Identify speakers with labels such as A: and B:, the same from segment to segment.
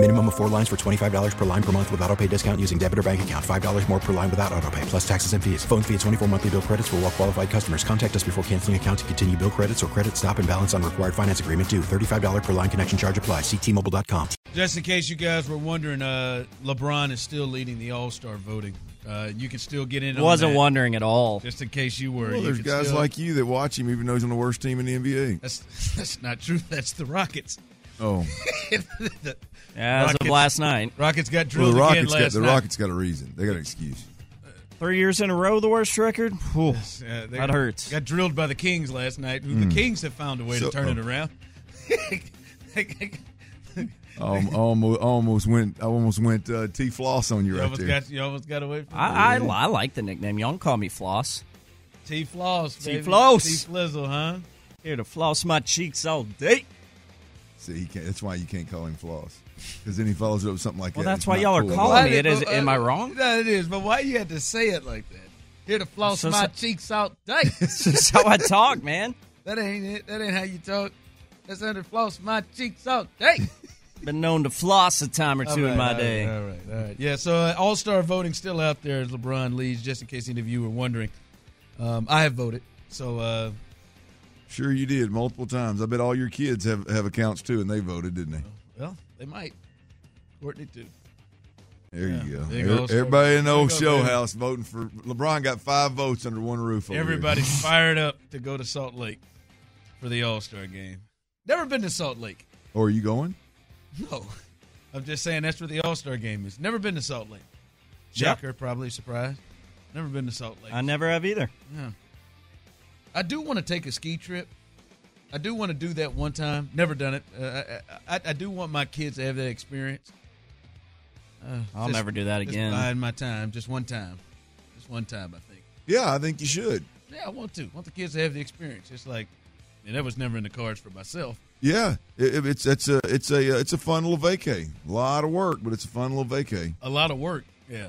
A: Minimum of four lines for $25 per line per month with auto pay discount using debit or bank account. $5 more per line without auto pay, plus taxes and fees. Phone fee at 24 monthly bill credits for all well qualified customers. Contact us before canceling account to continue bill credits or credit stop and balance on required finance agreement due. $35 per line connection charge apply. Ctmobile.com.
B: Just in case you guys were wondering, uh, LeBron is still leading the All Star voting. Uh, you can still get in. on
C: Wasn't
B: that.
C: wondering at all.
B: Just in case you were.
D: Well,
B: you
D: there's
B: could
D: guys
B: still-
D: like you that watch him even though he's on the worst team in the NBA.
B: That's that's not true. That's the Rockets.
D: Oh,
B: the
C: As
B: Rockets-
C: of last night,
B: Rockets got
D: well,
B: drilled
D: the
B: again
D: Rockets got
B: last
D: the
B: night.
D: Rockets got a reason. They got an excuse.
C: three years in a row, the worst record. Whew.
B: Yeah, they
C: That
B: got-
C: hurts.
B: Got drilled by the Kings last night. Who The Kings have found a way to
D: Mm. So-
B: turn it
D: oh.
B: around.
D: Um, almost, almost went. I almost went uh, T floss on you
B: you
D: right
B: almost
D: there.
B: got you almost got away from
C: I, I, I like the nickname. Y'all can call me Floss.
B: T Floss. baby.
C: Floss.
B: T Flizzle, huh?
C: Here to floss my cheeks all day.
D: See, he can't, that's why you can't call him floss because then he follows it up with something like
C: Well,
D: that.
C: that's
D: It's
C: why
D: not
C: y'all are
D: cool at
C: calling
D: all.
C: me. it is- am I wrong?
B: No, it is. But why you had to say it like that? Here to floss
C: So-
B: my
C: so-
B: cheeks out. Dang.
C: That's how I talk, man.
B: that ain't it. That ain't how you talk. That's under floss my cheeks out. Dang.
C: Been known to floss a time or two in my day.
B: All right, all right. Yeah, so uh, All Star voting still out there as LeBron leads, just in case any of you were wondering. Um, I have voted. So, uh,
D: Sure, you did multiple times. I bet all your kids have, have accounts too, and they voted, didn't they?
B: well, they might. Courtney, too.
D: There you go.
B: Big
D: Er-
B: old story.
D: Everybody in the old
B: Big old
D: show
B: baby.
D: house voting for LeBron got five votes under one roof. over here.
B: Everybody's fired up to go to Salt Lake for the All Star game. Never been to Salt Lake.
D: Or Oh, are you going?
B: No. I'm just saying that's where the All Star game is. Never been to Salt Lake. Shocker, probably surprised. Never been to Salt Lake.
C: I never have either.
B: I do want to take a ski trip. I do want to do that one time. Never done it. Uh, I, I, I do want my kids to have that experience. Uh,
C: I'll never do that
B: just
C: again.
B: Buying my time, just one time, just one time. I think.
D: Yeah, I think you should.
B: Yeah, I want to. I want the kids to have the experience. It's like, and that was never in the cards for myself.
D: Yeah, it, it- it's it's a it's a uh, it's a fun little vacay. A lot of work, but it's a fun little vacay.
B: A lot of work. Yeah.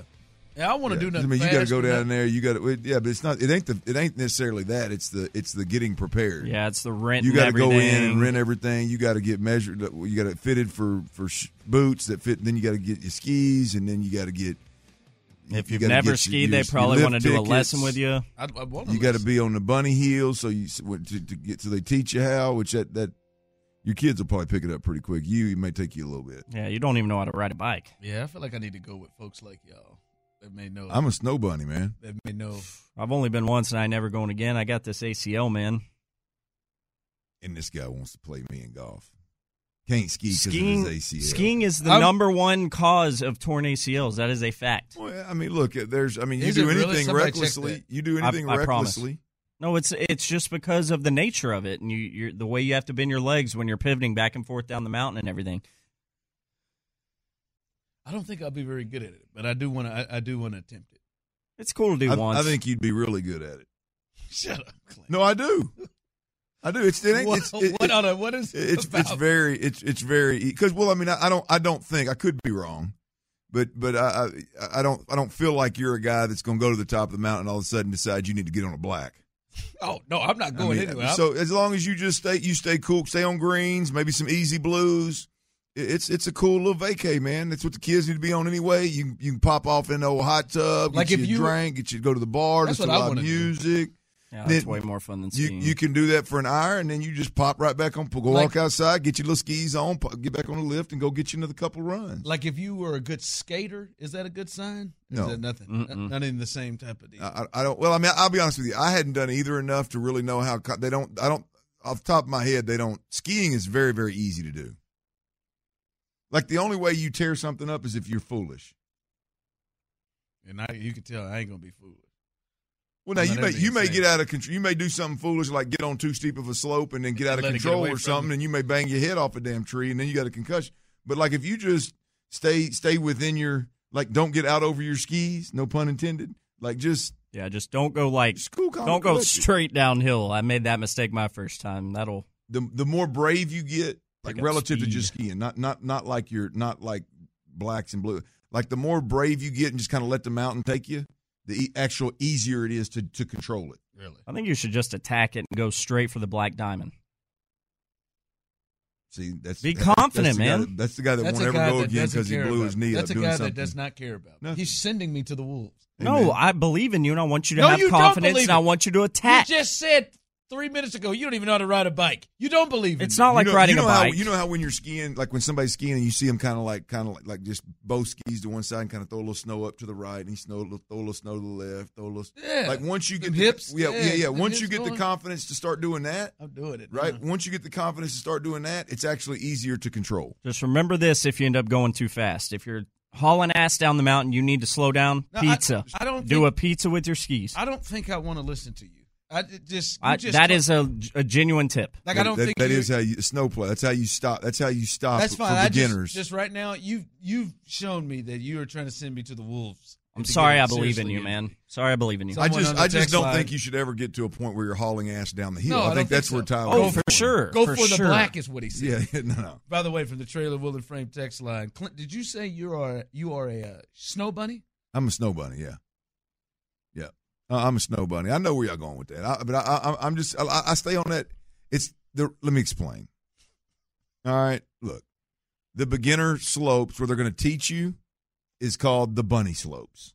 B: Yeah, I want to do
D: Yeah.
B: nothing.
D: I mean, you got to
B: fast,
D: go
B: but
D: down
B: not-
D: there. You got to yeah, but it's not. It ain't the. It ain't necessarily that. It's the. It's the getting prepared.
C: Yeah, it's the rent.
D: You
C: got to
D: go in and rent everything. You got to get measured. uh, You got it fitted for for sh- boots that fit. Then you got to get your skis, and then you got to get.
C: If
D: you
C: you've
D: gotta
C: never
D: get your-
C: skied,
D: your-
C: they
D: your
C: probably
D: lift
C: want to do a
D: tickets.
C: lesson with you.
B: I'd- I'd wanna
D: You got to
B: listen.
D: be on the bunny heel, so you s- what- to, to get so they teach you how. Which that that your kids will probably pick it up pretty quick. You it may take you a little bit.
C: Yeah, you don't even know how to ride a bike.
B: Yeah, I feel like I need to go with folks like y'all that may know.
D: I'm a snow bunny, man.
B: that may know.
C: I've only been once, and I ain't never going again. I got this ACL, man.
D: And this guy wants to play me in golf. Can't ski because of
C: Skiing,
D: his ACL.
C: skiing is the
B: I'm-
C: number one cause of torn ACLs. That is a fact.
D: Well, I mean, look, uh, there's. I mean, you
B: Is it
D: do
B: really?
D: anything
B: Somebody check
D: recklessly.
B: that.
D: You do
C: I-
D: anything
C: I promise.
D: recklessly.
C: No, it's it's just because of the nature of it, and you you're, the way you have to bend your legs when you're pivoting back and forth down the mountain and everything.
B: I don't think I'll be very good at it, but I do want to. I, I do want to attempt it.
C: It's cool to do
D: I,
C: once.
D: I think you'd be really good at it.
B: Shut up, Clint.
D: No, I do. I do. It's it ain't,
B: what,
D: it's, it,
B: what on a- what is it
D: it's
B: about?
D: it's very it's it's very because well I mean I, I don't I don't think I could be wrong, but but I, I I don't I don't feel like you're a guy that's going to go to the top of the mountain and all of a sudden decide you need to get on a black.
B: oh no, I'm not
D: I
B: going
D: mean,
B: anywhere. I'm-
D: So as long as you just stay you stay cool, stay on greens, maybe some easy blues. it- It's it's a cool little vacay, man. That's what the kids need to be on anyway. You can- you can pop off in the old hot tub,
B: Like
D: get
B: if
D: you
B: you-
D: a drink, get you to go to the bar,
B: That's
D: listen
B: what I
D: to live
B: wanna do.
D: music.
C: yeah, that's
D: that-
C: way more fun than
D: You
C: skiing.
D: you can do that for an hour, and then you just pop right back on. Go
B: Like-
D: walk outside, get your little skis on, po- get back on the lift, and go get you another couple runs.
B: like if you were a good skater, is that a good sign? Is
D: No. Uh,
B: that nothing.
C: Mm-mm.
B: Not in the same type of deal.
D: I, I I don't. Well, I mean, I'll be honest with you. I hadn't done either enough to really know how co- they don't. I don't. Off the top of my head, they don't. Skiing is very very easy to do. Like the only way you tear something up is if you're foolish.
B: and I, you can tell I ain't gonna be fooled.
D: Well, now
B: No,
D: you may
B: that'd be
D: you may
B: insane.
D: get out of control. You may do something foolish like get on too steep of a slope and then get out of
B: Let it get
D: control
B: away
D: or
B: from
D: something,
B: you.
D: and you may bang your head off a damn tree, and then you got a concussion. But like if you just stay stay within your like, don't get out over your skis. No pun intended. Like just
C: yeah, just don't go like
D: Just cool, calm,
C: don't go
D: collected.
C: straight downhill. I made that mistake my first time. That'll
D: the the more brave you get, like
C: Pick up
D: relative to
C: speed.
D: just skiing, not not not like you're not like blacks and blue. Like the more brave you get and just kind of let the mountain take you, the e- actual easier it is to to control it.
B: Really?
C: I think you should just attack it and go straight for the black diamond.
D: See, that's
C: Be
D: that- that's
C: confident,
D: the guy
C: man.
D: that- that's the guy that
B: That's
D: won't
B: a
D: ever
B: guy
D: go
B: that
D: again
B: doesn't
D: because he
B: care
D: blew
B: about
D: his
B: me.
D: knee
B: That's
D: up
B: a
D: doing
B: guy
D: something.
B: that does not care about me.
D: Nothing.
B: He's sending me to the wolves.
C: No, I believe in you, and I want you to
B: No,
C: have
B: you don't
C: confidence,
B: believe
C: and I
B: it.
C: want you to
B: You
C: attack.
B: just said three minutes ago you don't even know how to ride a bike. You don't believe in
C: it's
B: me.
C: not like
D: you know,
C: riding
D: you know
C: a bike.
D: How, you know how when you're skiing, like when somebody's skiing and you see them kind of like, kind of like, like just both skis to one side and kind of throw a little snow up to the right and he snow, throw a little snow to the left, throw a little.
B: Yeah.
D: Like once you
B: The
D: get
B: hips,
D: the, yeah, yeah,
B: yeah,
D: yeah.
B: the
D: Once you
B: hips
D: get the
B: going. Uh-huh.
D: confidence to start doing that,
B: I'm doing it.
D: right?
B: now.
D: Once you get the confidence to start doing that, it's actually easier to control.
C: Just remember this: if you end up going too fast, if you're hauling ass down the mountain, you need to slow down.
B: No, I-
C: pizza.
B: I don't
C: do
B: think-
C: a pizza with your skis.
B: I don't think I want to listen to you. I d- just,
C: I,
B: you just
C: that is a, a genuine tip.
B: like I don't
D: that,
B: think
D: that
B: you-
D: is how you snow play. That's how you stop. That's how you stop.
B: that's
D: Uh, for-
B: fine.
D: for
B: I
D: beginners.
B: just, just right now you've you've shown me that you are trying to send me to the wolves.
C: I'm
B: To
C: sorry,
B: get
C: I believe in
B: seriously
C: you, man. Sorry, I believe in you.
B: So-
D: I
B: someone
D: just,
B: on the
D: I just
B: text
D: don't
B: line.
D: think you should ever get to a point where you're hauling ass down the
B: No,
D: hill.
B: I
D: I,
B: don't
D: think
B: think
D: that's
B: so.
D: where Tyler.
C: oh,
D: was
C: for
D: going.
C: sure.
B: Go for, the
C: sure.
B: black is what he said.
D: Yeah, no, no.
B: By the way, from the trailer Will and Frame text line, Clint, did you say you are you are a uh, snow bunny?
D: I'm a snow bunny. Yeah, yeah. Uh, I'm a snow bunny. I know where y'all going with that. I, but I, I, I'm just. I, I stay on that. It's the. Let me explain. All right. Look, the beginner slopes where they're going to teach you is called the bunny slopes.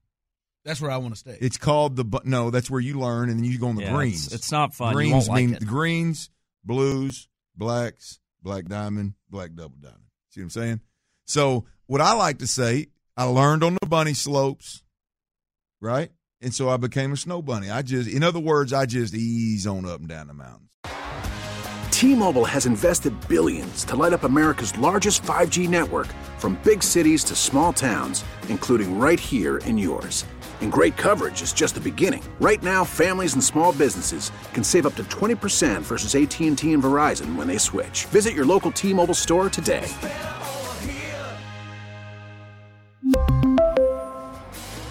B: That's where I want to stay.
D: It's called the. bu- No, that's where you learn, and then you go on the
C: Yeah,
D: greens.
C: It's, it's not fun.
D: Greens
C: you won't
D: mean
C: like it.
D: greens, blues, blacks, black diamond, black double diamond. See what I'm saying? So what I like to say, I learned on the bunny slopes, right? And so I became a snow bunny. I just, in other words, I just ease on up and down the mountains.
E: T-Mobile has invested billions to light up America's largest 5G network from big cities to small towns, including right here in yours. And great coverage is just the beginning. Right now, families and small businesses can save up to 20% versus AT&T and Verizon when they switch. Visit your local T-Mobile store today.